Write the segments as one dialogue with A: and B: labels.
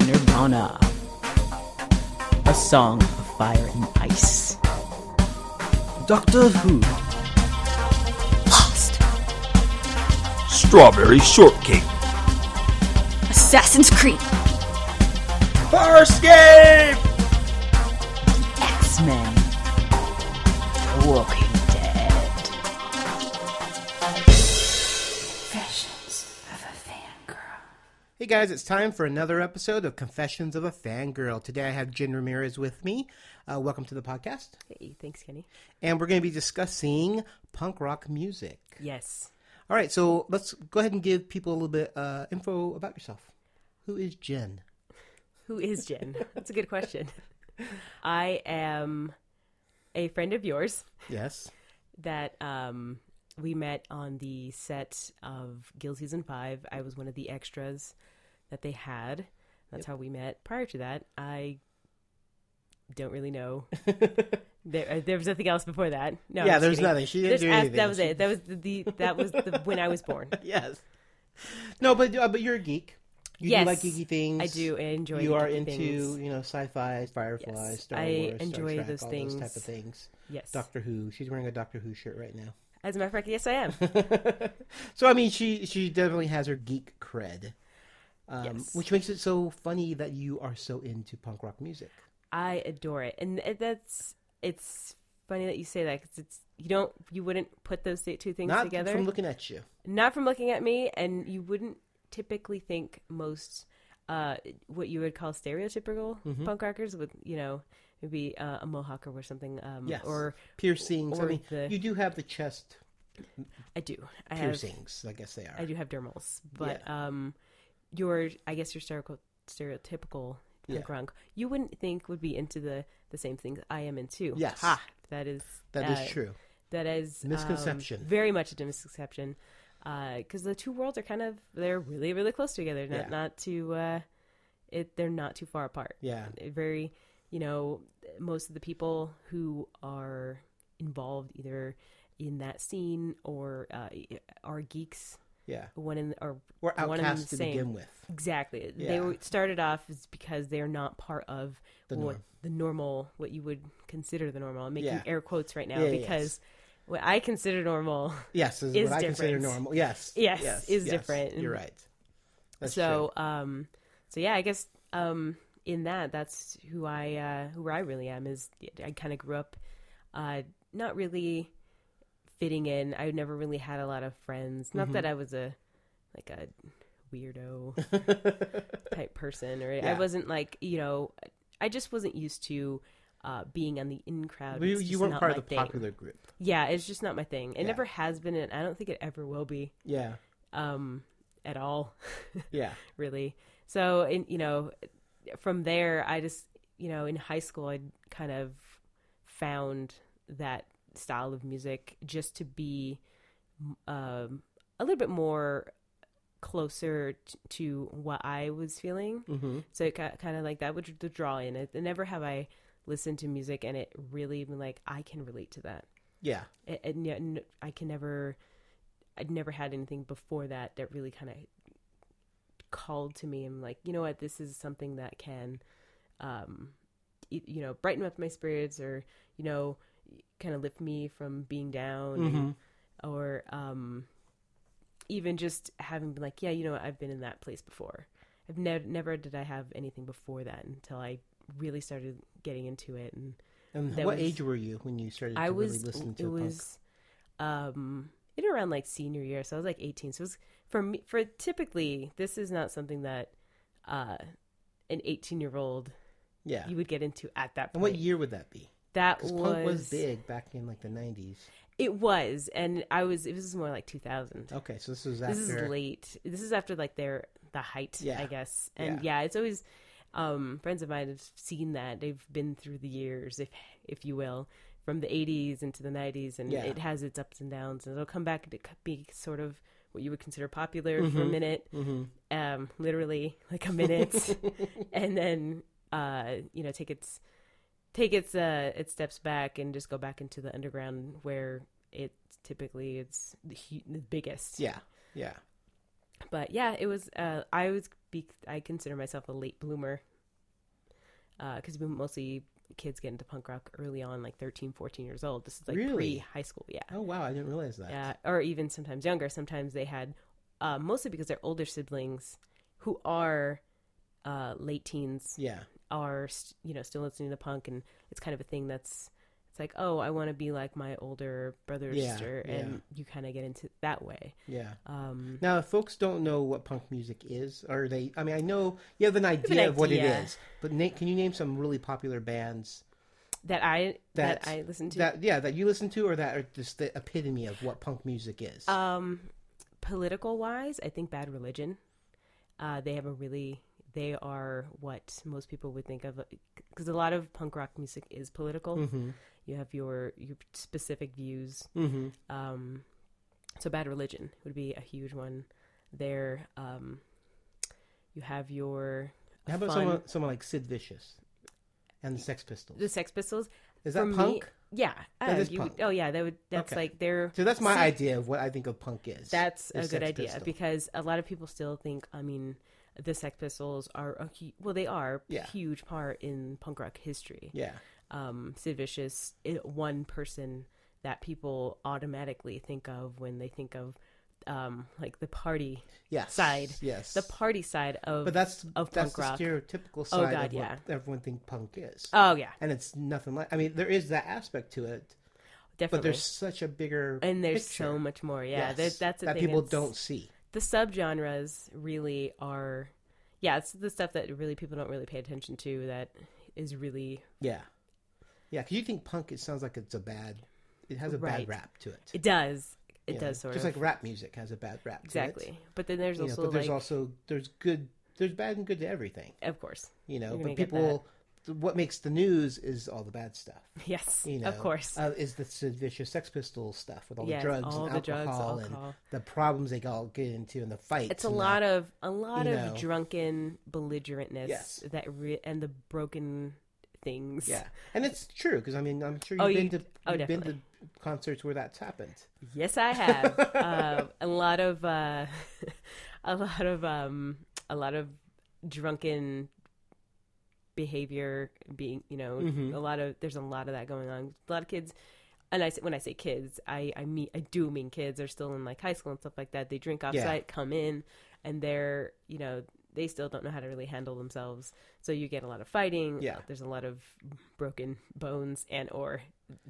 A: Nirvana. A Song of Fire and Ice. Doctor Who. Lost.
B: Strawberry shortcake.
C: Assassin's Creed.
B: Farscape!
A: X Men. The Walking Dead.
D: Confessions of a Fangirl.
E: Hey guys, it's time for another episode of Confessions of a Fangirl. Today I have Jen Ramirez with me. Uh, welcome to the podcast.
F: Hey, thanks, Kenny.
E: And we're going to be discussing punk rock music.
F: Yes.
E: All right, so let's go ahead and give people a little bit uh, info about yourself. Who is Jen?
F: Who is Jen? That's a good question. I am a friend of yours
E: Yes.
F: that um, we met on the set of Gill Season 5. I was one of the extras that they had. That's how we met. Prior to that, I don't really know. there, uh, there was nothing else before that. No, I'm
E: Yeah,
F: just
E: there's
F: kidding.
E: nothing. She didn't
F: There's-
E: do
F: uh,
E: anything.
F: That was it. That was the, the that was the when I was born.
E: Yes. No, but uh, but you're a geek. You
F: Yes,
E: do like geeky things.
F: I do enjoy.
E: You
F: the
E: are
F: geeky
E: into
F: things.
E: you know sci-fi, Firefly,
F: Yes,
E: Star
F: I
E: Wars, Star
F: enjoy
E: Trek,
F: those
E: all those type
F: things.
E: of things.
F: yes.
E: Doctor Who. She's wearing a Doctor Who shirt right now.
F: As a matter of fact, yes, I am.
E: So I mean, she she definitely has her geek cred, um,
F: Yes.
E: which makes it so funny that you are so into punk rock music.
F: I adore it, and th- that's it's funny that you say that because it's you don't you wouldn't put those th- two things
E: Not
F: together,
E: from looking at you.
F: not from looking at me, and you wouldn't typically think most uh what you would call stereotypical
E: Mm-hmm.
F: punk rockers with you know maybe uh, a mohawk or something um
E: Yes.
F: or
E: piercings. I
F: or
E: mean,
F: the-
E: you do have the chest
F: I do I have
E: piercings. I guess they are.
F: I do have dermals, but um your I guess your stereotypical stereotypical
E: Yeah.
F: punk rock you wouldn't think would be into the the same things I am into.
E: Yes.
F: ha, that is
E: That is
F: uh,
E: true.
F: that is um,
E: Misconception.
F: very much a misconception, because the two worlds are kind of they're really really close together. Not
E: Yeah.
F: not too, uh, it they're not too far apart.
E: Yeah.
F: They're very, you know, most of the people who are involved either in that scene or uh, are geeks.
E: Yeah.
F: One in or
E: Or
F: one in the
E: outcasts to
F: same.
E: begin with.
F: Exactly.
E: Yeah.
F: They were, started off is because they're not part of
E: The
F: what
E: norm.
F: the normal, what you would consider the normal. I'm making
E: Yeah.
F: air quotes right now
E: Yeah, yeah,
F: because what I consider normal,
E: Yes, is,
F: Is
E: what I consider
F: different.
E: normal. Yes.
F: Yes, is different.
E: You're right. That's
F: so um, so yeah, I guess um, in that that's who I uh, who I really am is I kind of grew up uh, not really fitting in. I never really had a lot of friends.
E: Mm-hmm.
F: Not that I was a like a weirdo type person or I
E: Yeah.
F: wasn't like you know I just wasn't used to uh, being on the in crowd.
E: true. You,
F: It's
E: you
F: just
E: weren't
F: not
E: part
F: my
E: of the
F: thing.
E: popular group.
F: Yeah, it's just not my thing. It
E: Yeah.
F: never has been, and I don't think it ever will be
E: Yeah.
F: um, at all,
E: Yeah.
F: really. So, in, you know, from there, I just, you know, in high school, I kind of found that style of music just to be um, a little bit more closer t- to what I was feeling.
E: Mm-hmm.
F: So it kind of like that would the draw in. It, never have I listened to music and it really been like I can relate to that
E: Yeah.
F: and, and yet n- I can never, I'd never had anything before that that really kind of called to me and like, you know what, this is something that can, um, y- you know, brighten up my spirits or you know, kind of lift me from being down and- or um, even just having been like, yeah, you know, what, I've been in that place before. I've never, never did I have anything before that until I really started getting into it and
E: And
F: That
E: what
F: was-
E: age were you when you started to
F: I was
E: really listen to
F: it
E: punk?
F: was um in around like senior year, so I was like 18. So it was for me for typically this is not something that uh an 18 year old
E: Yeah.
F: you would get into at that
E: and what
F: point.
E: year would that be?
F: that
E: Because
F: was,
E: punk was big back in like the 90s.
F: It was, and I was. It was more like 2000.
E: Okay, so this was after.
F: This is late. This is after like their the height,
E: Yeah.
F: I guess. And yeah. it's always um friends of mine have seen that. They've been through the years, if if you will, from the 80s into the 90s and
E: Yeah.
F: it has its ups and downs and it'll come back to be sort of what you would consider popular for
E: Mm-hmm.
F: a minute. Um literally like a minute and then uh you know take its take its uh its steps back and just go back into the underground where it typically it's the, hu- the biggest
E: Yeah. Yeah.
F: but yeah, it was. Uh, I was be I consider myself a late bloomer because we mostly kids get into punk rock early on, like 13, 14 years old. This is like
E: Really?
F: pre high school, yeah,
E: Oh wow, I didn't realize that.
F: yeah, or even sometimes younger. Sometimes they had uh, mostly because their older siblings who are uh, late teens
E: Yeah.
F: are st- you know still listening to punk and it's kind of a thing that's it's like oh i want to be like my older brother or
E: Yeah,
F: sister and you kind of get into that way
E: Yeah.
F: um
E: Now, if folks don't know what punk music is, or they, I mean, I know you have an idea, of what it
F: idea.
E: is, but na- can you name some really popular bands
F: that i
E: That's-
F: that i listen to
E: that, yeah, that you listen to, or that are just the epitome of what punk music is?
F: um political wise i think bad religion uh they have a really they are what most people would think of because a lot of punk rock music is political
E: Mm-hmm.
F: you have your your specific views
E: hmm
F: um, so bad religion would be a huge one there um, you have your
E: How about
F: fun-
E: someone, someone like Sid Vicious and the Sex Pistols?
F: the sex pistols
E: Is that
F: for me-
E: punk?
F: yeah
E: That
F: uh,
E: is
F: you-
E: punk.
F: oh yeah that would that's
E: Okay.
F: like their
E: So that's my
F: See,
E: idea of what I think of punk is.
F: that's a
E: is
F: good
E: Sex
F: idea
E: Pistol.
F: because a lot of people still think i mean the sex pistols are a hu- well they are
E: Yeah.
F: a huge part in punk rock history
E: yeah,
F: um, Sid Vicious, it, one person that people automatically think of when they think of um, like the party
E: yes,
F: side,
E: yes,
F: the party side of.
E: but that's
F: of
E: that's
F: punk
E: the
F: rock. Oh,
E: stereotypical side
F: God,
E: of what
F: yeah.
E: everyone think punk is,
F: oh yeah,
E: and it's nothing like. I mean, there is that aspect to it,
F: definitely.
E: but there's such a bigger
F: and there's
E: picture.
F: so much more. Yeah,
E: Yes,
F: there's, that's the
E: that
F: thing.
E: people
F: it's-
E: don't see.
F: The subgenres really are. Yeah, it's the stuff that really people don't really pay attention to. That is really
E: Yeah, yeah. Because you think punk, it sounds like it's a bad, it has a
F: Right.
E: bad rap to it.
F: it does it
E: you know?
F: does sort
E: just
F: of
E: like rap music has a bad rap. to it,
F: exactly. But then there's
E: you know,
F: also
E: but there's
F: like
E: also there's good, there's bad and good to everything.
F: of course
E: You know,
F: You're
E: but
F: gonna get
E: people, th- what makes the news is all the bad stuff.
F: yes
E: You know,
F: of course
E: uh, is the Sid Vicious Sex Pistols stuff with all
F: Yes,
E: the drugs
F: all
E: and
F: the drugs,
E: alcohol and
F: alcohol.
E: the problems they all get into and the fights.
F: it's a
E: and the-
F: lot of a lot
E: you
F: of
E: know.
F: drunken belligerentness
E: Yes.
F: that re- and the broken things
E: yeah, and it's true because I mean I'm sure you've
F: Oh,
E: been
F: you-
E: to
F: oh,
E: you've been to
F: definitely.
E: concerts where that's happened.
F: yes i have uh, a lot of uh, a lot of um a lot of drunken behavior being you know
E: Mm-hmm.
F: a lot of there's a lot of that going on a lot of kids and I, say- when I say kids, I I mean I do mean kids. They're still in like high school and stuff like that. They drink outside, come in, and they're you know they still don't know how to really handle themselves. So you get a lot of fighting.
E: Yeah.
F: there's a lot of broken bones and or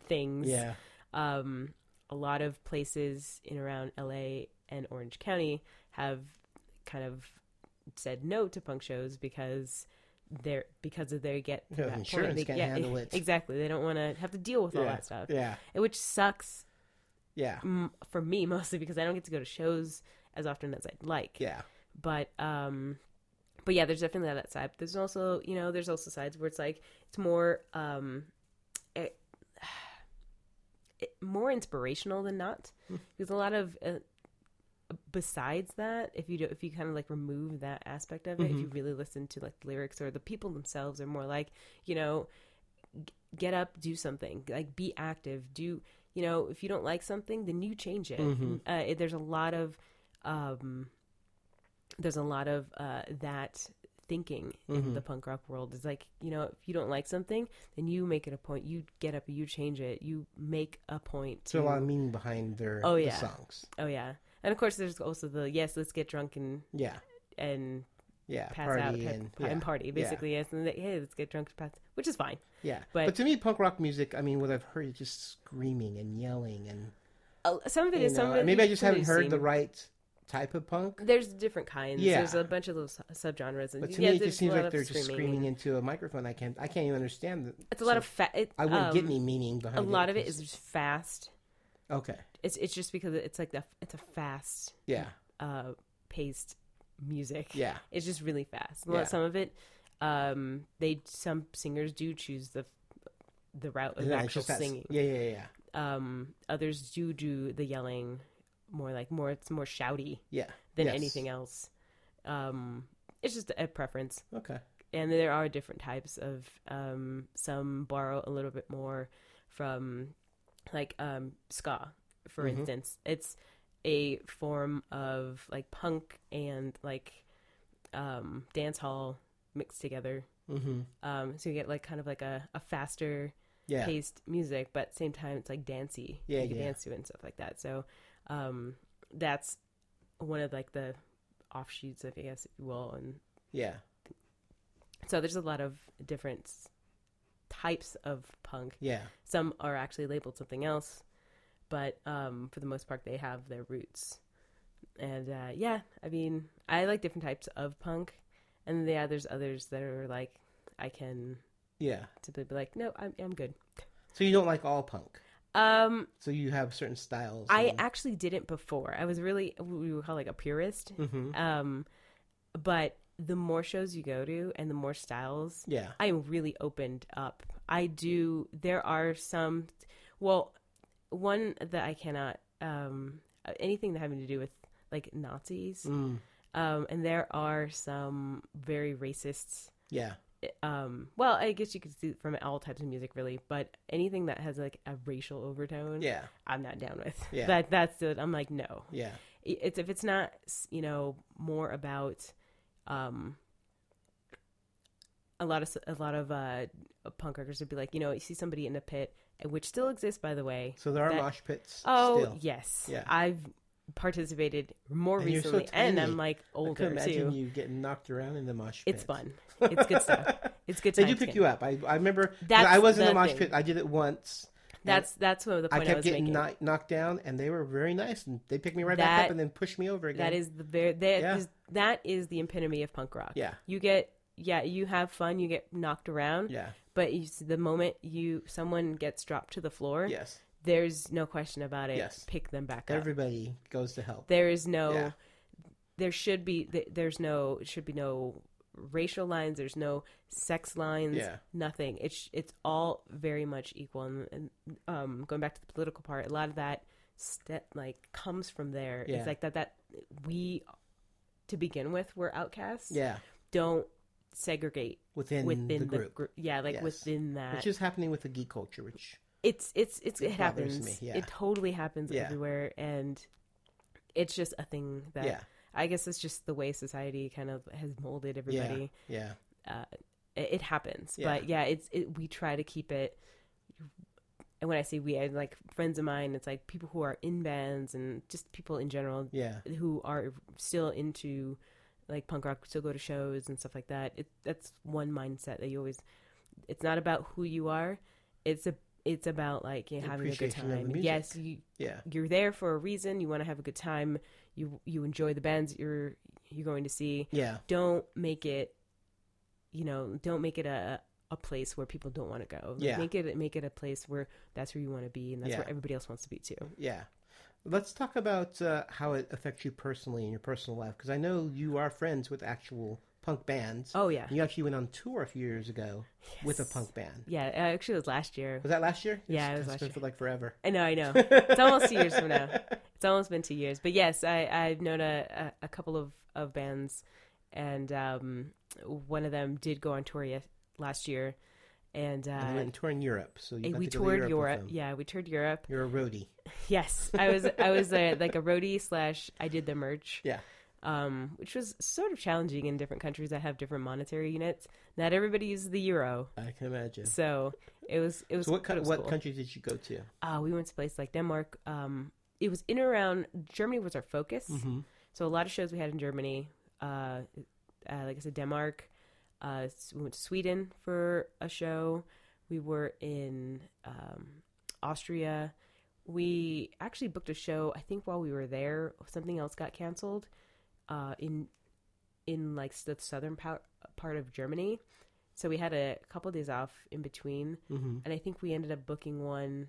F: things
E: Yeah,
F: um, a lot of places in around LA and Orange County have kind of said no to punk shows because they're because of they get to
E: Yeah,
F: that point.
E: insurance
F: They-
E: can't handle it.
F: exactly they don't want to have to deal with all
E: yeah,
F: that stuff
E: yeah,
F: And which sucks
E: yeah,
F: mm, for me mostly because I don't get to go to shows as often as I'd like
E: yeah.
F: but um but yeah there's definitely that side there's also you know there's also sides where it's like it's more um it, it, more inspirational than not because a lot of uh, besides that if you do if you kind of like remove that aspect of it if you really listen to like the lyrics or the people themselves are more like you know g- get up do something like be active do you know if you don't like something then you change it uh, it- there's a lot of um there's a lot of uh, that thinking in
E: Mm-hmm.
F: the punk rock world is like you know if you don't like something then you make it a point you get up you change it you make a point to
E: So a lot of meaning behind their
F: Oh,
E: the
F: yeah.
E: songs.
F: oh yeah and of course there's also the yes let's get drunk and
E: Yeah,
F: and
E: yeah.
F: pass
E: party
F: out type-
E: and,
F: pa- and party
E: yeah.
F: basically yes and like, hey let's get drunk pass which is fine
E: Yeah, but,
F: But-
E: to me, punk rock music. I mean, what I've heard is just screaming and yelling, and
F: Uh, some of it
E: you
F: is some
E: know,
F: of it
E: maybe I
F: you-
E: just
F: some of
E: haven't
F: it's
E: heard the
F: seen.
E: right type of punk.
F: there's different kinds
E: Yeah.
F: there's a bunch of little su- subgenres and
E: But to
F: yeah,
E: me, it
F: there's
E: just seems
F: a lot
E: like
F: of
E: they're just screaming into a microphone. I can't. I can't even understand. That.
F: it's a lot of fa- it,
E: I wouldn't get
F: um,
E: any meaning behind
F: a lot of it
E: 'cause-
F: is just fast
E: okay.
F: it's it's just because it's like the it's a fast
E: Yeah,
F: uh paced music
E: yeah,
F: it's just really fast Well,
E: Yeah.
F: some of it um they some singers do choose the the route of
E: Yeah, it's
F: actual
E: just that-
F: singing
E: Yeah, yeah, yeah,
F: um others do do the yelling more like more it's more shouty
E: yeah.
F: than
E: Yes.
F: anything else um it's just a preference
E: Okay.
F: and there are different types of um some borrow a little bit more from like um ska for
E: Mm-hmm.
F: instance it's a form of like punk and like um, dance hall mixed together.
E: Mm-hmm.
F: Um, so you get like kind of like a, a faster
E: Yeah.
F: paced music, but at the same time it's like dancey.
E: Yeah,
F: you can
E: yeah.
F: dance to it and stuff like that. So um, that's one of like the offshoots, if I guess if you will, and
E: Yeah.
F: so there's a lot of different types of punk.
E: Yeah.
F: Some are actually labeled something else, but um, for the most part, they have their roots. And uh, yeah, I mean, I like different types of punk, and yeah, there's others that are like I can
E: Yeah.
F: simply be like, no, I'm I'm good.
E: So you don't like all punk.
F: Um,
E: So you have certain styles.
F: I actually didn't before. I was really we would call like a purist.
E: hmm
F: Um, but the more shows you go to and the more styles
E: Yeah.
F: I'm really opened up. I do. There are some. Well, one that I cannot. Um, anything that having to do with like Nazis.
E: Mm.
F: Um, and there are some very racist.
E: Yeah.
F: Um, well, I guess you could see it from all types of music, really. But anything that has like a racial overtone,
E: Yeah.
F: I'm not down with.
E: Yeah.
F: That that's it. I'm like, no
E: Yeah.
F: it's if it's not you know more about um a lot of a lot of uh punk rockers would be like you know you see somebody in a pit uh, which still exists by the way
E: So there are
F: That-
E: mosh pits.
F: oh
E: still.
F: yes
E: Yeah.
F: i've participated more
E: And you're so
F: recently and
E: tiny.
F: i'm like
E: I could
F: older
E: imagine
F: too
E: you getting knocked around in the mosh pit.
F: it's fun it's good stuff it's good
E: They
F: times
E: do pick
F: again.
E: you up. I, I remember.
F: That's
E: I was in
F: the
E: the mosh
F: thing.
E: pit. I did it once.
F: that's that's what the
E: I
F: point i,
E: kept
F: was
E: getting
F: making
E: knock, knocked down, and they were very nice, and they picked me right back
F: That-
E: up and then pushed me over again.
F: That is the very that
E: Yeah.
F: is- that is the epitome of punk rock.
E: Yeah.
F: you get yeah you have fun, you get knocked around,
E: Yeah.
F: but you, s- the moment you someone gets dropped to the floor,
E: Yes.
F: there's no question about it.
E: Yes.
F: pick them back up.
E: Everybody goes to help.
F: There is no
E: Yeah.
F: there should be th- there's no it should be no racial lines. There's no sex lines.
E: Yeah.
F: nothing. It's it's all very much equal. And, and um, going back to the political part, a lot of that step like comes from there.
E: Yeah.
F: It's like that that we to begin with were outcasts.
E: Yeah.
F: don't segregate
E: Within,
F: within
E: the
F: the,
E: group.
F: group. Yeah, like
E: Yes.
F: within that
E: Which is happening with the geek culture, which
F: it's it's it's it,
E: bothers
F: happens.
E: me, yeah.
F: It totally happens
E: Yeah.
F: everywhere, and it's just a thing that
E: Yeah.
F: I guess it's just the way society kind of has molded everybody.
E: yeah,
F: Uh, it, it happens,
E: Yeah.
F: but yeah, it's it, we try to keep it. And when I say we, I like friends of mine. It's like people who are in bands and just people in general
E: yeah,
F: who are still into like punk rock still go to shows and stuff like that it, that's one mindset that you always it's not about who you are it's a it's about like you know, having a good
E: Appreciation of the
F: time
E: music.
F: yes you
E: yeah,
F: you're there for a reason you want to have a good time you you enjoy the bands that you're you're going to see
E: yeah,
F: don't make it you know don't make it a a place where people don't want to go Like,
E: Yeah.
F: make it make it a place where that's where you want to be and that's
E: Yeah.
F: where everybody else wants to be too
E: yeah. Let's talk about uh, how it affects you personally in your personal life because I know you are friends with actual punk bands.
F: oh yeah
E: You actually went on tour a few years ago with a punk band.
F: yeah uh, actually it was last year
E: Was that last year?
F: Yeah, it
E: It's-
F: was
E: it's
F: last
E: been
F: year.
E: for like forever.
F: I know, I know. It's almost two years from now. It's almost been two years. But yes, I, I've known a, a, a couple of, of bands, and um, one of them did go on tour yes, last year. And, uh,
E: And you went and touring Europe, so you
F: eh,
E: got
F: we
E: to go to
F: toured Europe.
E: Europe. with them.
F: Yeah, we toured Europe.
E: You're a roadie.
F: Yes, I was I was a, like a roadie slash I did the merch.
E: Yeah.
F: Um, which was sort of challenging in different countries that have different monetary units. Not everybody uses the euro,
E: I can imagine. So,
F: so it was it was.
E: what
F: it
E: kind,
F: was
E: what
F: cool.
E: countries did you go to?
F: uh, we went to places like Denmark. Um, it was in and around Germany was our focus, so a lot of shows we had in Germany. Uh, uh, like I said, Denmark. Uh, s- we went to Sweden for a show. We were in um, Austria. We actually booked a show. I think while we were there, something else got canceled. Uh, in in like the southern part part of Germany, so we had a couple days off in between
E: Mm-hmm.
F: and I think we ended up booking one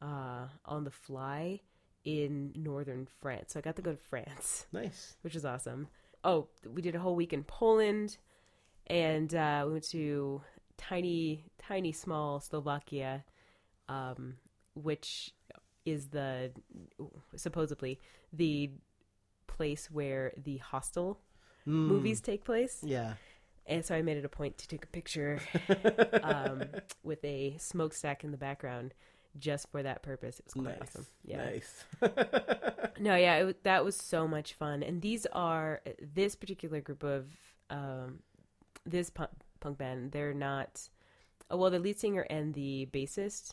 F: uh, on the fly in northern France. So I got to go to France,
E: Nice.
F: which is awesome. Oh, we did a whole week in Poland, and uh, we went to tiny, tiny, small Slovakia, um, which is the supposedly the place where the hostel
E: Mm,
F: movies take place.
E: Yeah.
F: And so I made it Uh, a point to take a picture um, with a smokestack in the background just for that purpose. It was quite
E: nice.
F: awesome. Yeah.
E: Nice.
F: No, yeah, it, wa- that was so much fun. And these are this particular group of um, this punk, punk band. They're not. Oh, well, the lead singer and the bassist,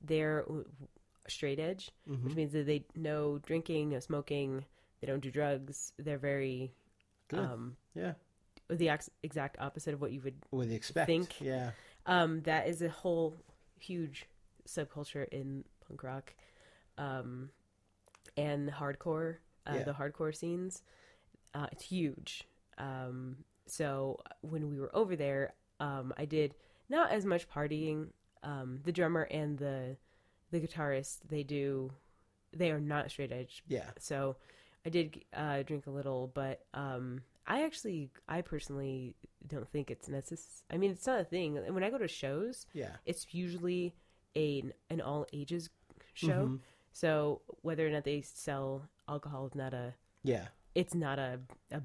F: they're w- w- straight edge,
E: Mm-hmm.
F: which means that they no drinking, no smoking. They don't do drugs. They're very
E: Good.
F: um,
E: yeah.
F: the ex- exact opposite of what you would.
E: What do you expect?
F: Think.
E: Yeah.
F: Um, that is a whole huge subculture in punk rock, um, and hardcore. Uh,
E: Yeah.
F: The hardcore scenes, uh, it's huge. Um, so when we were over there, um, I did not as much partying. Um, the drummer and the the guitarist, they do, they are not straight edge,
E: Yeah.
F: so I did uh, drink a little, but um, I actually, I personally don't think it's necessary. I mean, it's not a thing. When I go to shows,
E: Yeah.
F: it's usually a, an all ages show. So whether or not they sell alcohol is not a,
E: Yeah.
F: it's not a a,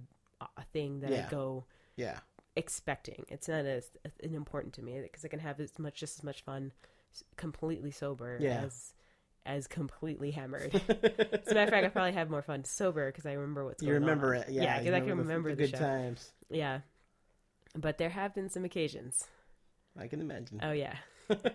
F: a thing that
E: Yeah.
F: I go
E: Yeah.
F: expecting. It's not as, an important to me because I can have as much just as much fun s- completely sober
E: Yeah.
F: as as completely hammered. As a matter of fact, I probably have more fun sober because I remember what's
E: You
F: going
E: remember
F: on.
E: it. Yeah.
F: yeah,
E: you
F: because I
E: the-
F: can remember
E: the
F: the,
E: good
F: show.
E: times.
F: Yeah, but there have been some occasions.
E: I can imagine.
F: Oh yeah,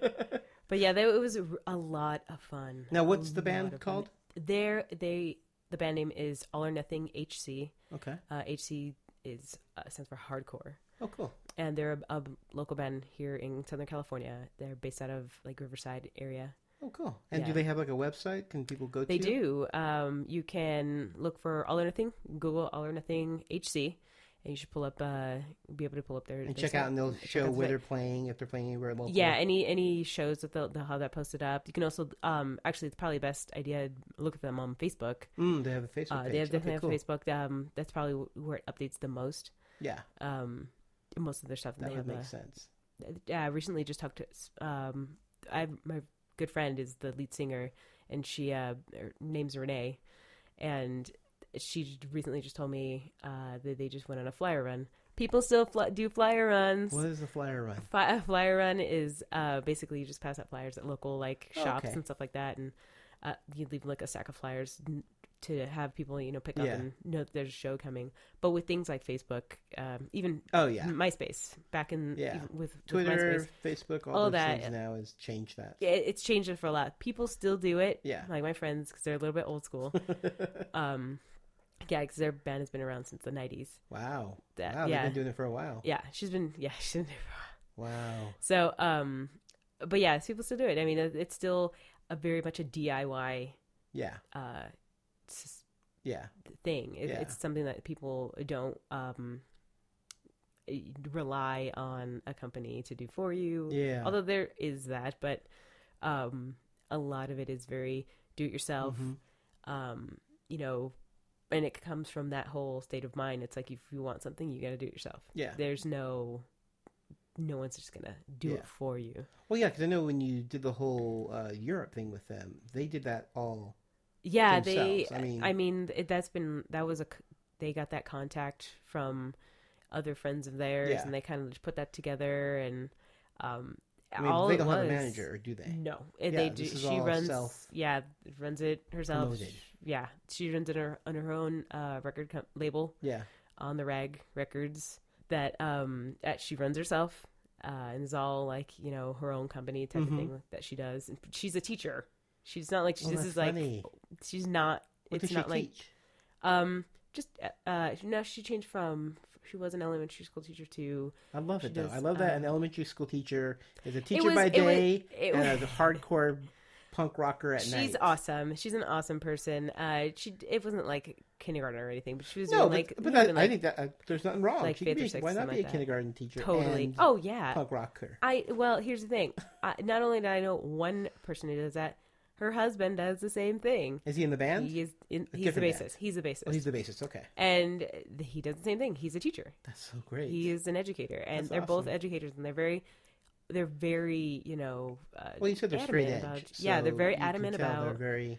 F: but yeah, that, it was a r- a lot of fun.
E: now, what's
F: A
E: the
F: lot
E: band
F: of fun.
E: called?
F: There, they the band name is All or Nothing HC.
E: Okay.
F: Uh, HC is uh, stands for hardcore,
E: Oh, cool.
F: and they're a, a local band here in Southern California. They're based out of like Riverside area.
E: Oh, cool. And do
F: Yeah.
E: they have like a website? Can people go
F: They
E: to?
F: do. Um, you can look for All or Nothing, Google All or Nothing HC, and you should pull up, uh, be able to pull up their
E: And
F: their
E: check
F: site.
E: out, and they'll
F: Check
E: show
F: out the
E: where
F: site.
E: they're playing, if they're playing anywhere local.
F: Yeah, any any shows that they'll, they'll have that posted up. You can also, um, actually, it's probably the best idea. Look at them on Facebook.
E: Mm, they have a Facebook
F: Uh,
E: page.
F: they have
E: okay,
F: definitely
E: cool.
F: have Facebook. Um, that's probably where it updates the most.
E: Yeah,
F: Um, most of their stuff.
E: that
F: they
E: would
F: have uh,
E: make
F: a-
E: sense.
F: yeah, I uh, recently just talked to um, I my good friend is the lead singer, and she uh, her name's Renee, and she j- recently just told me uh, that they just went on a flyer run. People still fly, do flyer runs.
E: What is the flyer run?
F: Fi- a flyer run is uh, basically you just pass out flyers at local like
E: Oh,
F: shops
E: okay.
F: and stuff like that, and uh, you leave like a stack of flyers n- to have people you know pick
E: Yeah.
F: up and know that there's a show coming. But with things like Facebook, um, even
E: Oh yeah,
F: MySpace back in
E: Yeah.
F: even with with MySpace,
E: Twitter, Facebook, all,
F: all
E: those
F: that.
E: things now has changed that.
F: yeah, it- it's changed it for a lot. People still do it.
E: Yeah.
F: like my friends because they're a little bit old school. um, yeah, because their band has been around since the '90s.
E: Wow,
F: That-
E: wow,
F: yeah.
E: they've been doing it for a while.
F: Yeah, she's been yeah she's been there for a while.
E: Wow,
F: So, um, but yeah, people still do it. I mean, it- it's still a very much a DIY
E: yeah,
F: uh, s-
E: yeah,
F: thing. It,
E: Yeah.
F: It's something that people don't um, rely on a company to do for you.
E: yeah.
F: Although there is that, but um, a lot of it is very do it yourself.
E: Mhm.
F: Um, you know, and it comes from that whole state of mind. It's like if you want something, you got to do it yourself.
E: Yeah.
F: There's no, no one's just gonna do
E: Yeah.
F: it for you.
E: Well, yeah, because I know when you did the whole uh, Europe thing with them, they did that all.
F: yeah they
E: themselves. I
F: i
E: mean-
F: mean, th- that's been that was a c- they got that contact from other friends of theirs
E: Yeah.
F: and they kind of just put that together and um
E: I mean,
F: all
E: they
F: it
E: don't have a
F: was- Mm.
E: manager, or do they?
F: no it-
E: Yeah,
F: they do
E: this is
F: she
E: all
F: runs
E: self-
F: yeah runs it herself
E: promoted.
F: yeah she runs it her, on her own uh record com- label
E: Yeah,
F: on the rag records that um that she runs herself uh and is all like you know her own company type
E: Mhm.
F: of thing that she does and she's a teacher she's not like
E: Well,
F: this
E: Oh, that's
F: is like
E: funny.
F: she's not
E: What
F: it's
E: does she
F: not like
E: teach?
F: um just uh, uh no she changed from she was an elementary school teacher to
E: I love it
F: She
E: though. I
F: does,
E: love that
F: um,
E: an elementary school teacher is a teacher
F: was-
E: by
F: it was-
E: day
F: it
E: and a
F: was-
E: hardcore punk rocker at
F: she's
E: night.
F: awesome she's an awesome person uh she it wasn't like kindergarten or anything but she was
E: No,
F: doing,
E: but,
F: like
E: but
F: not
E: I,
F: even,
E: I
F: like,
E: think that uh, there's nothing wrong.
F: like
E: she could
F: fifth or
E: be, why
F: sixth,
E: not be
F: something
E: a
F: like that.
E: kindergarten teacher?
F: totally
E: and
F: oh yeah
E: punk rocker.
F: i well here's the thing I, not only do i know one person who does that her husband does the same thing
E: Is he in the band?
F: he is in, he's the
E: different
F: bassist
E: band.
F: he's the bassist
E: Oh, he's the bassist. Okay,
F: and he does the same thing he's a teacher
E: that's so great.
F: he is an educator and
E: That's
F: they're both
E: awesome.
F: educators and they're very they're very you know uh,
E: well, you said they're straight edge.
F: adamant about- yeah they're
E: so
F: very
E: you can
F: adamant
E: tell They're
F: about
E: very.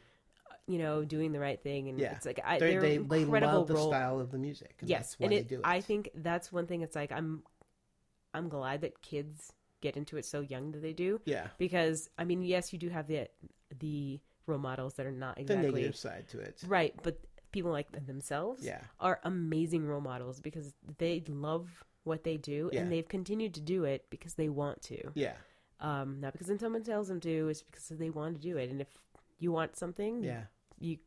F: you know doing the right thing and
E: Yeah.
F: it's like I,
E: they're-
F: they're
E: they they
F: incredible
E: love the
F: role
E: style of the music. And
F: yes
E: that's why
F: and
E: they
F: it,
E: do it.
F: i think that's one thing it's like i'm i'm glad that kids get into it so young that they do.
E: Yeah.
F: Because I mean, yes, you do have the the role models that are not
E: The
F: exactly
E: negative side to it.
F: right, but people like them themselves
E: Yeah.
F: are amazing role models because they love what they do
E: Yeah.
F: and they've continued to do it because they want to.
E: Yeah.
F: Um, not because someone tells them to, it's because they want to do it. And if you want something,
E: Yeah.
F: Hmm. you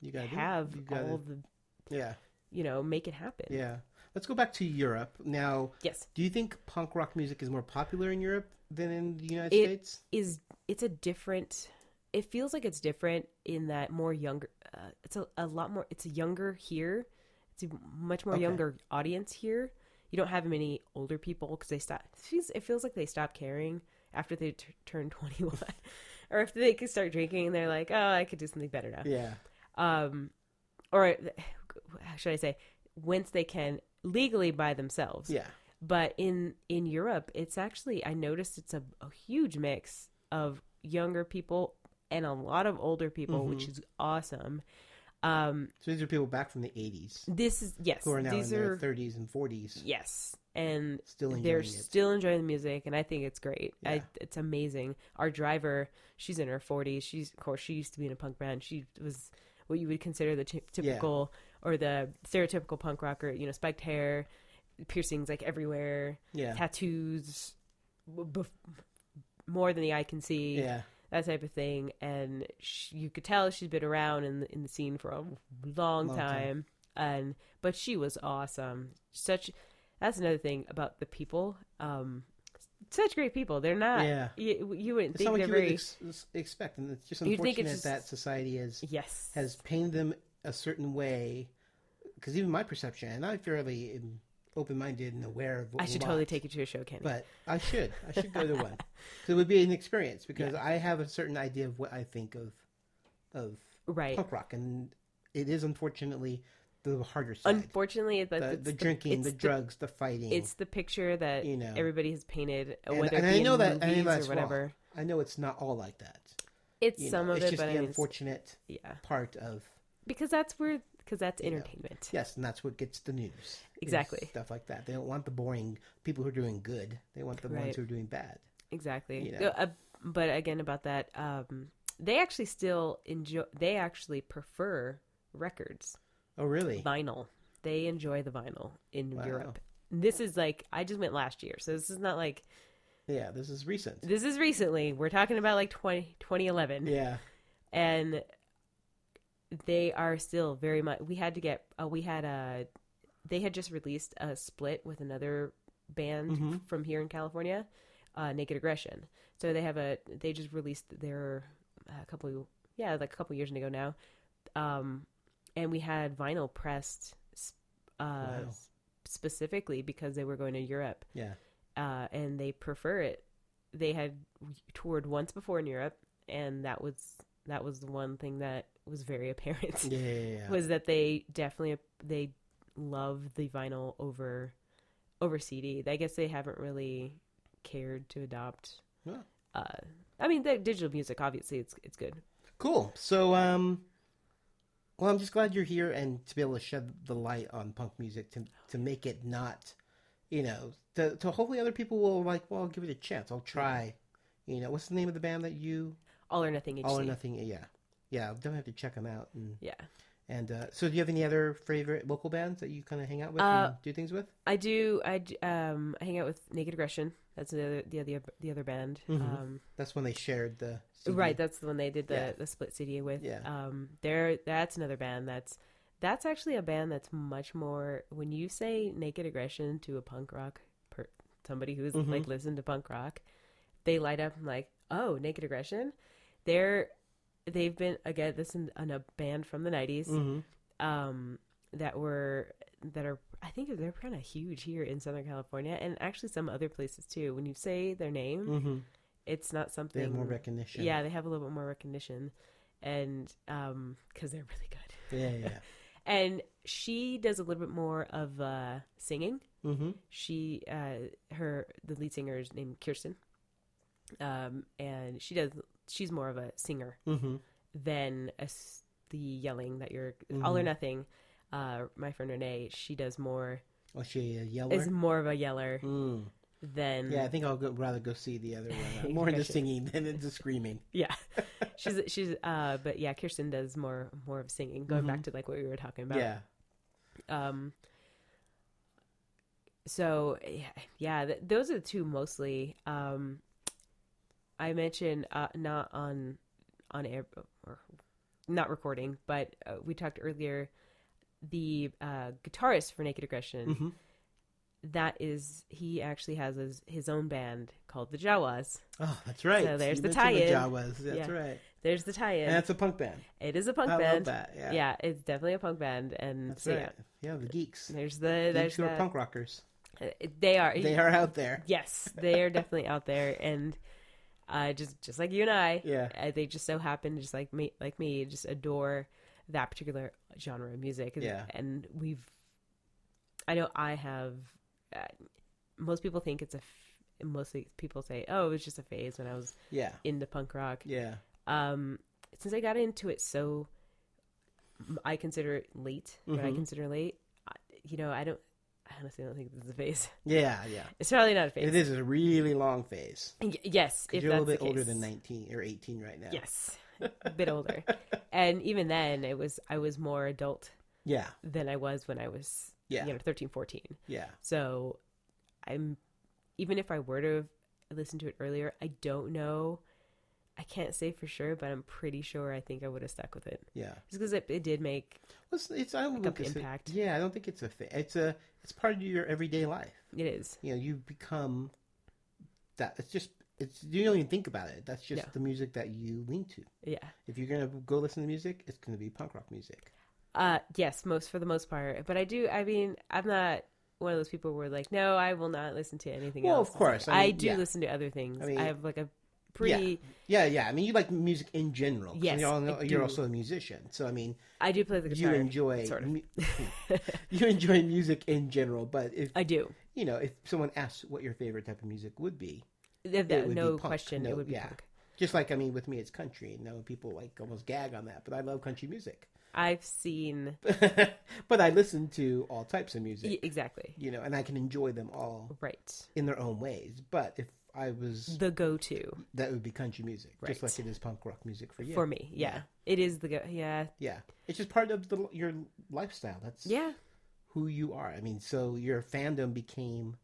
E: You gotta do it.
F: have
E: You gotta-
F: all of the
E: Yeah.
F: you know make it happen.
E: Yeah. Let's go back to Europe now.
F: Yes,
E: Do you think punk rock music is more popular in Europe than in the United
F: It-
E: States?
F: is it's a different. It feels like it's different in that more younger. Uh, it's a, a lot more. It's a younger here. It's a much more
E: Okay.
F: younger audience here. You don't have many older people because they stop. It feels, it feels like they stop caring after they t- turn twenty one, or if they could start drinking and they're like, oh, I could do something better now.
E: Yeah.
F: um, or th- how should I say, whence they can legally by themselves.
E: Yeah.
F: But in in Europe, it's actually I noticed it's a, a huge mix of younger people and a lot of older people,
E: Mm-hmm.
F: which is awesome. Um,
E: So these are people back from the 80s
F: this is yes,
E: who are now
F: these
E: in
F: are
E: their 30s and 40s.
F: yes, and
E: Still enjoying
F: they're
E: it.
F: still enjoying the music, and I think it's great.
E: Yeah.
F: I, it's amazing. Our driver, she's in her forties. She's of course she used to be in a punk band. She was what you would consider the ty- typical or the stereotypical punk rocker. You know, spiked hair, piercings like everywhere,
E: Yeah.
F: tattoos, b- b- more than the eye can see,
E: Yeah.
F: that type of thing. And sh you could tell she's been around in the, in the scene for a long,
E: Long
F: time.
E: time.
F: And but she was awesome. Such that's another thing about the people. Um, such great people. They're not.
E: Yeah.
F: You, you wouldn't
E: It's
F: think
E: not
F: they're
E: what you
F: very.
E: would ex- ex- expect. And it's just
F: You'd
E: unfortunate
F: think it's just-
E: that society has,
F: yes.
E: has painted them a certain way. Because even my perception, and I fairly am open minded and aware of what
F: I should
E: we
F: totally
E: want.
F: take you to a show, Kenny.
E: But I should. I should go to one. So it would be an experience because I have a certain idea of what I think of of
F: right.
E: punk rock, and it is unfortunately the harder side.
F: Unfortunately, that
E: the,
F: it's
E: the drinking,
F: it's
E: the, drugs, the fighting.
F: It's the picture that
E: You know.
F: everybody has painted,
E: and,
F: whether
E: and
F: it be
E: I know
F: in
E: that I know
F: movies
E: that's
F: or whatever.
E: Wrong. I know it's not all like that.
F: It's
E: you know,
F: some of
E: it's
F: it,
E: just
F: but I
E: the
F: mean, it's-
E: unfortunate
F: yeah,
E: part of
F: because that's where because that's
E: know.
F: entertainment.
E: yes, and that's what gets the news. is
F: Exactly.
E: stuff like that. They don't want the boring people who are doing good. They want the
F: Right.
E: ones who are doing bad.
F: Exactly.
E: You know.
F: Go- uh, but again, about that, um, they actually still enjoy. They actually prefer records,
E: Oh, really?
F: vinyl. They enjoy the vinyl in
E: Wow.
F: Europe. This is like I just went last year, so this is not like
E: Yeah, this is recent.
F: this is recently. We're talking about like 20, 2011.
E: Yeah,
F: and they are still very much we had to get uh, we had a they had just released a split with another band
E: Mhm.
F: from here in california uh, naked aggression so they have a they just released their a couple yeah like a couple years ago now um and we had vinyl pressed s- uh
E: Wow.
F: s- specifically because they were going to europe
E: yeah.
F: uh, and they prefer it. They had toured once before in Europe, and that was that was the one thing that was very apparent
E: Yeah, yeah, yeah.
F: was that they definitely they love the vinyl over over CD. I guess they haven't really cared to adopt.
E: Yeah.
F: Uh, I mean, the digital music obviously it's it's good.
E: Cool. So, um, well, I'm just glad you're here and to be able to shed the light on punk music to to make it not, you know, to, to hopefully other people will like, well, I'll give it a chance. I'll try. You know, what's the name of the band that you
F: All or nothing.
E: All or
F: HD.
E: Nothing? Yeah, yeah. I'll definitely have to check them out. And
F: Yeah.
E: and uh, so, do you have any other favorite local bands that you kind of hang out with
F: Uh,
E: and do things with?
F: I do. I d- um I hang out with Naked Aggression. That's the other the other the other band.
E: Mhm.
F: Um,
E: That's when they shared the CD.
F: Right, that's the one they did the,
E: Yeah.
F: the split CD with.
E: Yeah.
F: Um there that's another band that's that's actually a band that's much more when you say naked aggression to a punk rock per, somebody who's
E: Mhm.
F: like listened to punk rock, they light up and like, "Oh, naked aggression?" They're they've been again this is an, a band from the 90s
E: Mhm.
F: um that were that are I think they're kind of huge here in Southern California and actually some other places too. When you say their name,
E: Mhm.
F: it's not
E: They
F: something
E: have more recognition.
F: yeah, they have a little bit more recognition, and um, because they're really good.
E: yeah, yeah. yeah.
F: And she does a little bit more of uh, singing.
E: mm-hmm.
F: She, uh, her, the lead singer is named Kirsten, um, and she does. She's more of a singer
E: Mm-hmm.
F: than a s the yelling that you're all or
E: Mhm.
F: nothing. Uh, my friend Renee, she does more
E: Oh, she a yeller.
F: is more of a yeller.
E: Mm.
F: then
E: Yeah, I think I'll go, rather go see the other one. I'm more into
F: Gotcha.
E: singing than into screaming.
F: yeah she's she's uh but yeah kirsten does more more of singing going
E: Mm-hmm.
F: back to like what we were talking about
E: Yeah.
F: um so yeah, yeah th- those are the two mostly um i mentioned uh not on on air or not recording but uh, we talked earlier the uh guitarist for naked aggression
E: Mhm.
F: that is he actually has his, his own band called the jawas
E: Oh, that's right.
F: So there's
E: You
F: the
E: mentioned
F: tie-in.
E: Jawas. That's
F: Yeah.
E: right.
F: there's the
E: And
F: tie-in
E: that's a punk band.
F: it is a punk
E: I love
F: band
E: that. Yeah.
F: yeah. it's definitely a punk band and
E: That's
F: so
E: right. Yeah. the geeks.
F: yeah there's the
E: Geeks
F: there's
E: who are
F: that.
E: punk rockers.
F: Uh, they are
E: They are out there.
F: Yes, they are definitely out there, and uh, just just like you and I,
E: Yeah.
F: uh, they just so happen, just like me, like me, just adore that particular genre of music. And,
E: Yeah.
F: and we've, I know I have. Uh, most people think it's a. f- Mostly people say, "Oh, it was just a phase when I was
E: Yeah.
F: into punk rock."
E: Yeah.
F: Um, since I got into it so, I consider it late. What I
E: Mhm.
F: consider late, I- you know, I don't. I honestly don't think this is a phase.
E: Yeah. Yeah.
F: It's probably not a phase.
E: It is a really long phase.
F: Y- yes,
E: 'Cause
F: if
E: you're a
F: that's
E: little bit
F: the
E: older
F: case.
E: than 19 or 18 right now.
F: Yes, a bit older, and even then, it was I was more adult
E: Yeah.
F: than I was when I was
E: Yeah.
F: you know 13, 14.
E: Yeah.
F: So I'm even if I were to have listened to it earlier, I don't know. I can't say for sure, but I'm pretty sure I think I would have stuck with it
E: Yeah.
F: just because it, it did make
E: It's, it's I don't
F: Like up
E: think it's a-
F: impact.
E: yeah, I don't think it's a thing. It's a it's part of your everyday life.
F: it is
E: You know, you become that. It's just it's you don't even think about it. That's just
F: No.
E: the music that you lean to.
F: yeah
E: If you're gonna go listen to music, it's gonna be punk rock music.
F: uh yes most for the most part. But I do I mean I'm not. One of those people where like, no, I will not listen to anything
E: Well,
F: else.
E: of course,
F: I,
E: I mean,
F: do
E: yeah.
F: listen to other things.
E: I
F: I,
E: mean,
F: have like a pretty
E: Yeah, yeah. I mean, you like music in general. 'cause
F: Yes,
E: you all
F: I
E: know,
F: do.
E: you're also a musician. So I mean,
F: I do play the
E: you
F: guitar.
E: enjoy
F: sort of.
E: mu- you enjoy music in general. But if
F: I do.
E: you know, if someone asks what your favorite type of music would be,
F: Th- th-
E: would be
F: no
E: punk.
F: question,
E: No,
F: it would be
E: yeah.
F: punk.
E: just like I mean, with me, it's country. You know, people like almost gag on that, but I love country music.
F: I've seen
E: but I listen to all types of music,
F: y- exactly
E: you know, and I can enjoy them all
F: right.
E: in their own ways. But if I was,
F: The go-to
E: that would be country music, just
F: Mm. Right.
E: like it is punk rock music for you.
F: for me, yeah. it is the go. Yeah,
E: yeah, it's just part of the, your lifestyle. That's
F: yeah,
E: who you are. I mean, so your fandom became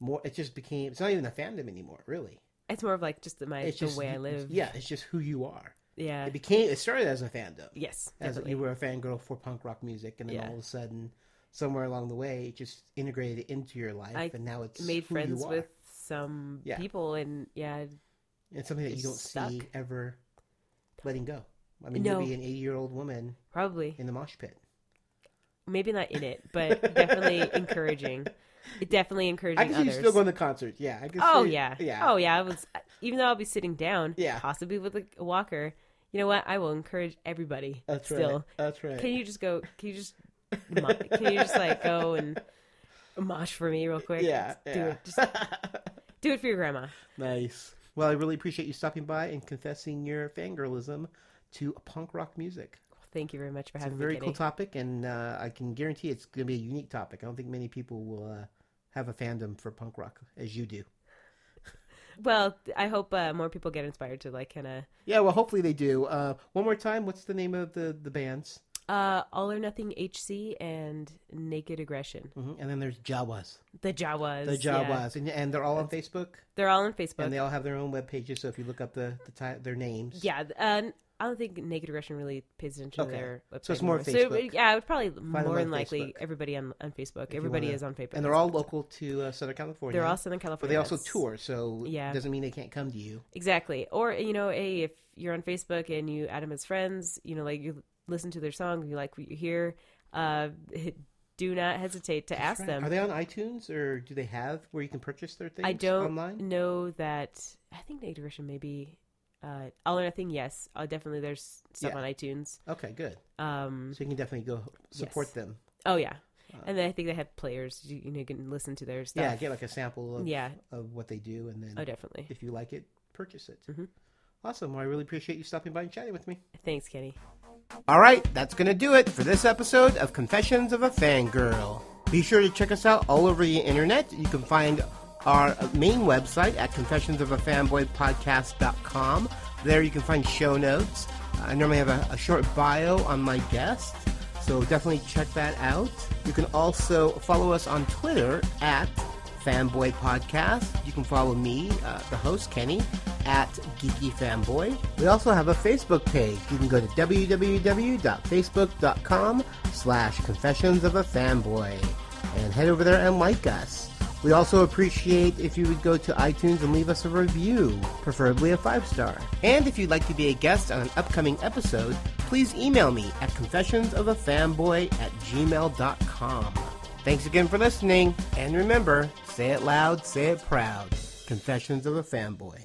E: more. It just became. It's not even a fandom anymore, really.
F: it's more of like just the, my
E: It's
F: the
E: just
F: way I live.
E: Yeah, it's just who you are.
F: yeah,
E: It became. It started as a fandom.
F: yes,
E: as
F: definitely.
E: you were a fangirl for punk rock music, and then
F: Yeah.
E: all of a sudden, somewhere along the way, it just integrated it into your life,
F: I
E: and now it's
F: made
E: who
F: friends
E: you are.
F: with some
E: Yeah.
F: people, and yeah,
E: It's something that you
F: it's
E: don't see
F: stuck.
E: ever letting go. I mean,
F: No.
E: you'll be an eighty-year-old woman
F: probably
E: in the mosh pit.
F: maybe not in it, but definitely encouraging. Definitely encouraging
E: I can see you
F: others.
E: still going to concerts. Yeah, I can.
F: Oh
E: see,
F: yeah.
E: yeah.
F: Oh yeah. I was even though I'll be sitting down,
E: Yeah.
F: possibly with a walker. You know what? I will encourage everybody.
E: That's
F: still,
E: right. That's right.
F: can you just go? Can you just? mo- can you just like go and mosh for me real quick?
E: yeah,
F: Just Do
E: yeah.
F: it. Just do it for your grandma.
E: nice. Well, I really appreciate you stopping by and confessing your fangirlism to punk rock music.
F: Thank you very much for
E: It's a
F: having me.
E: very cool
F: Kenny.
E: topic, and uh, I can guarantee it's going to be a unique topic. I don't think many people will uh, have a fandom for punk rock as you do.
F: Well, I hope uh, more people get inspired to like kind of
E: Yeah, well, hopefully they do. Uh, one more time, what's the name of the, the bands?
F: uh, all or nothing HC and naked aggression.
E: hmm And then there's Jawas.
F: The Jawas.
E: The
F: Mm-hmm. yeah.
E: Jawas. And, and they're all on Facebook,
F: They're all on Facebook.
E: and they all have their own web pages, so if you look up the, the ti- their names.
F: Yeah, th- and I don't think Naked Aggression really pays attention
E: Okay.
F: to their website.
E: So it's more
F: So,
E: Facebook.
F: yeah, I would probably
E: them
F: more
E: on
F: than likely
E: Facebook.
F: everybody on, on Facebook. Everybody
E: wanna-
F: is on Facebook.
E: And they're all local to uh, Southern California.
F: They're all Southern
E: But
F: California.
E: they also
F: that's-
E: tour, so
F: Yeah.
E: it doesn't mean they can't come to you.
F: Exactly. Or you know, hey, if you're on Facebook and you add them as friends, you know, like you listen to their song, you like what you hear, uh, do not hesitate to ask them.
E: Are they on iTunes, or do they have where you can purchase their things
F: I don't
E: online?
F: know that. I think Naked Aggression maybe. Uh, all or nothing. Yes, uh, definitely. There's stuff
E: Yeah.
F: on iTunes.
E: Okay, good.
F: Um,
E: So you can definitely go support
F: Yes.
E: them.
F: Oh yeah, and then I think they have players. You, you know, you can listen to their stuff.
E: Yeah, get like a sample of,
F: Yeah.
E: of what they do, and then
F: Oh, definitely. Mm-hmm.
E: if you like it, purchase it. Awesome. Well, I really appreciate you stopping by and chatting with me.
F: Thanks, Kenny.
E: All right, that's going to do it for this episode of Confessions of a Fangirl. Be sure to check us out all over the internet. You can find our main website at confessionsofafanboypodcast.com. There you can find show notes. I normally have a, a short bio on my guest, so definitely check that out. You can also follow us on Twitter at Fanboy Podcast. You can follow me, uh, the host, Kenny, at Geeky Fanboy. We also have a Facebook page. You can go to www.facebook.com slash confessions of a fanboy and head over there and like us. We also appreciate if you would go to iTunes and leave us a review, preferably a five star. And if you'd like to be a guest on an upcoming episode, please email me at confessionsofafanboy at gmail.com. Thanks again for listening, and remember, say it loud, say it proud. Confessions of a Fanboy.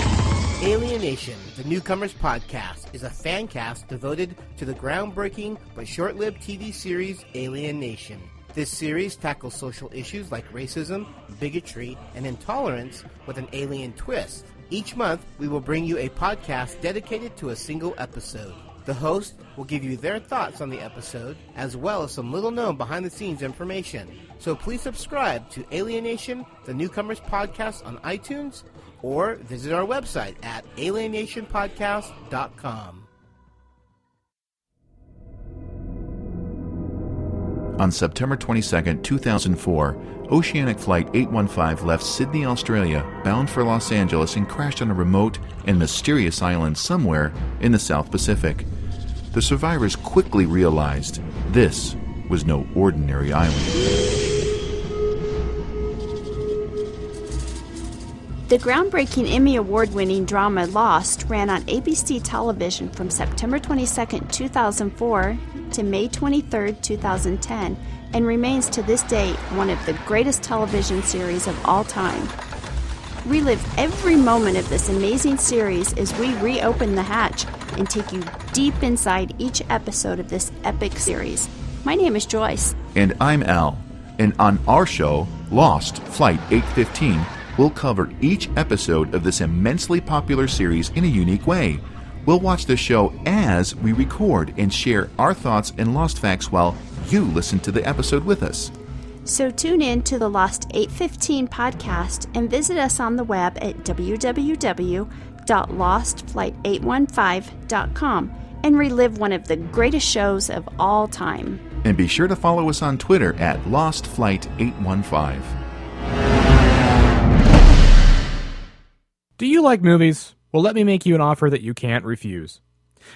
E: Alienation, the Newcomers Podcast, is a fan cast devoted to the groundbreaking but short lived TV series Alienation. This series tackles social issues like racism, bigotry, and intolerance with an alien twist. Each month, we will bring you a podcast dedicated to a single episode. The host will give you their thoughts on the episode, as well as some little known behind the scenes information. So please subscribe to Alienation, the Newcomers Podcast on iTunes, or visit our website at alienationpodcast.com.
C: On September 22, 2004, Oceanic Flight 815 left Sydney, Australia, bound for Los Angeles, and crashed on a remote and mysterious island somewhere in the South Pacific. The survivors quickly realized this was no ordinary island.
G: The groundbreaking Emmy Award winning drama Lost ran on ABC television from September 22, 2004 to May 23, 2010, and remains to this day one of the greatest television series of all time. Relive every moment of this amazing series as we reopen the hatch and take you deep inside each episode of this epic series. My name is Joyce.
C: And I'm Al. And on our show, Lost Flight 815, we'll cover each episode of this immensely popular series in a unique way. We'll watch the show as we record and share our thoughts and lost facts while you listen to the episode with us.
G: So tune in to the Lost 815 podcast and visit us on the web at www.lostflight815.com and relive one of the greatest shows of all time.
C: And be sure to follow us on Twitter at LostFlight815.
H: Do you like movies? Well, let me make you an offer that you can't refuse.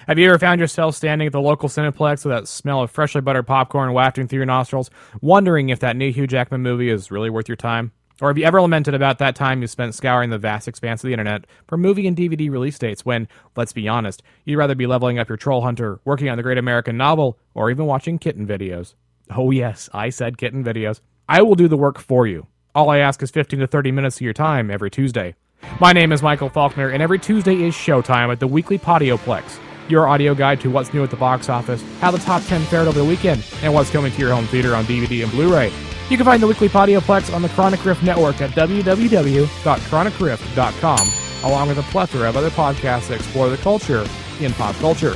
H: Have you ever found yourself standing at the local Cineplex with that smell of freshly buttered popcorn wafting through your nostrils, wondering if that new Hugh Jackman movie is really worth your time? Or have you ever lamented about that time you spent scouring the vast expanse of the internet for movie and DVD release dates when, let's be honest, you'd rather be leveling up your troll hunter, working on the great American novel, or even watching kitten videos? Oh, yes, I said kitten videos. I will do the work for you. All I ask is 15 to 30 minutes of your time every Tuesday. My name is Michael Faulkner, and every Tuesday is showtime at the weekly Podioplex, your audio guide to what's new at the box office, how the top 10 fared over the weekend, and what's coming to your home theater on DVD and Blu ray. You can find the weekly Podioplex on the Chronic Rift Network at www.chronicrift.com, along with a plethora of other podcasts that explore the culture in pop culture.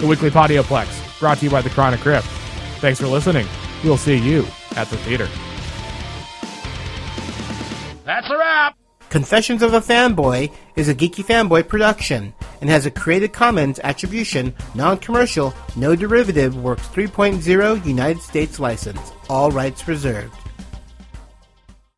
H: The weekly Podioplex, brought to you by the Chronic Rift. Thanks for listening. We'll see you at the theater.
B: That's a wrap!
E: Confessions of a Fanboy is a geeky fanboy production and has a Creative Commons attribution, non commercial, no derivative Works 3.0 United States license, all rights reserved.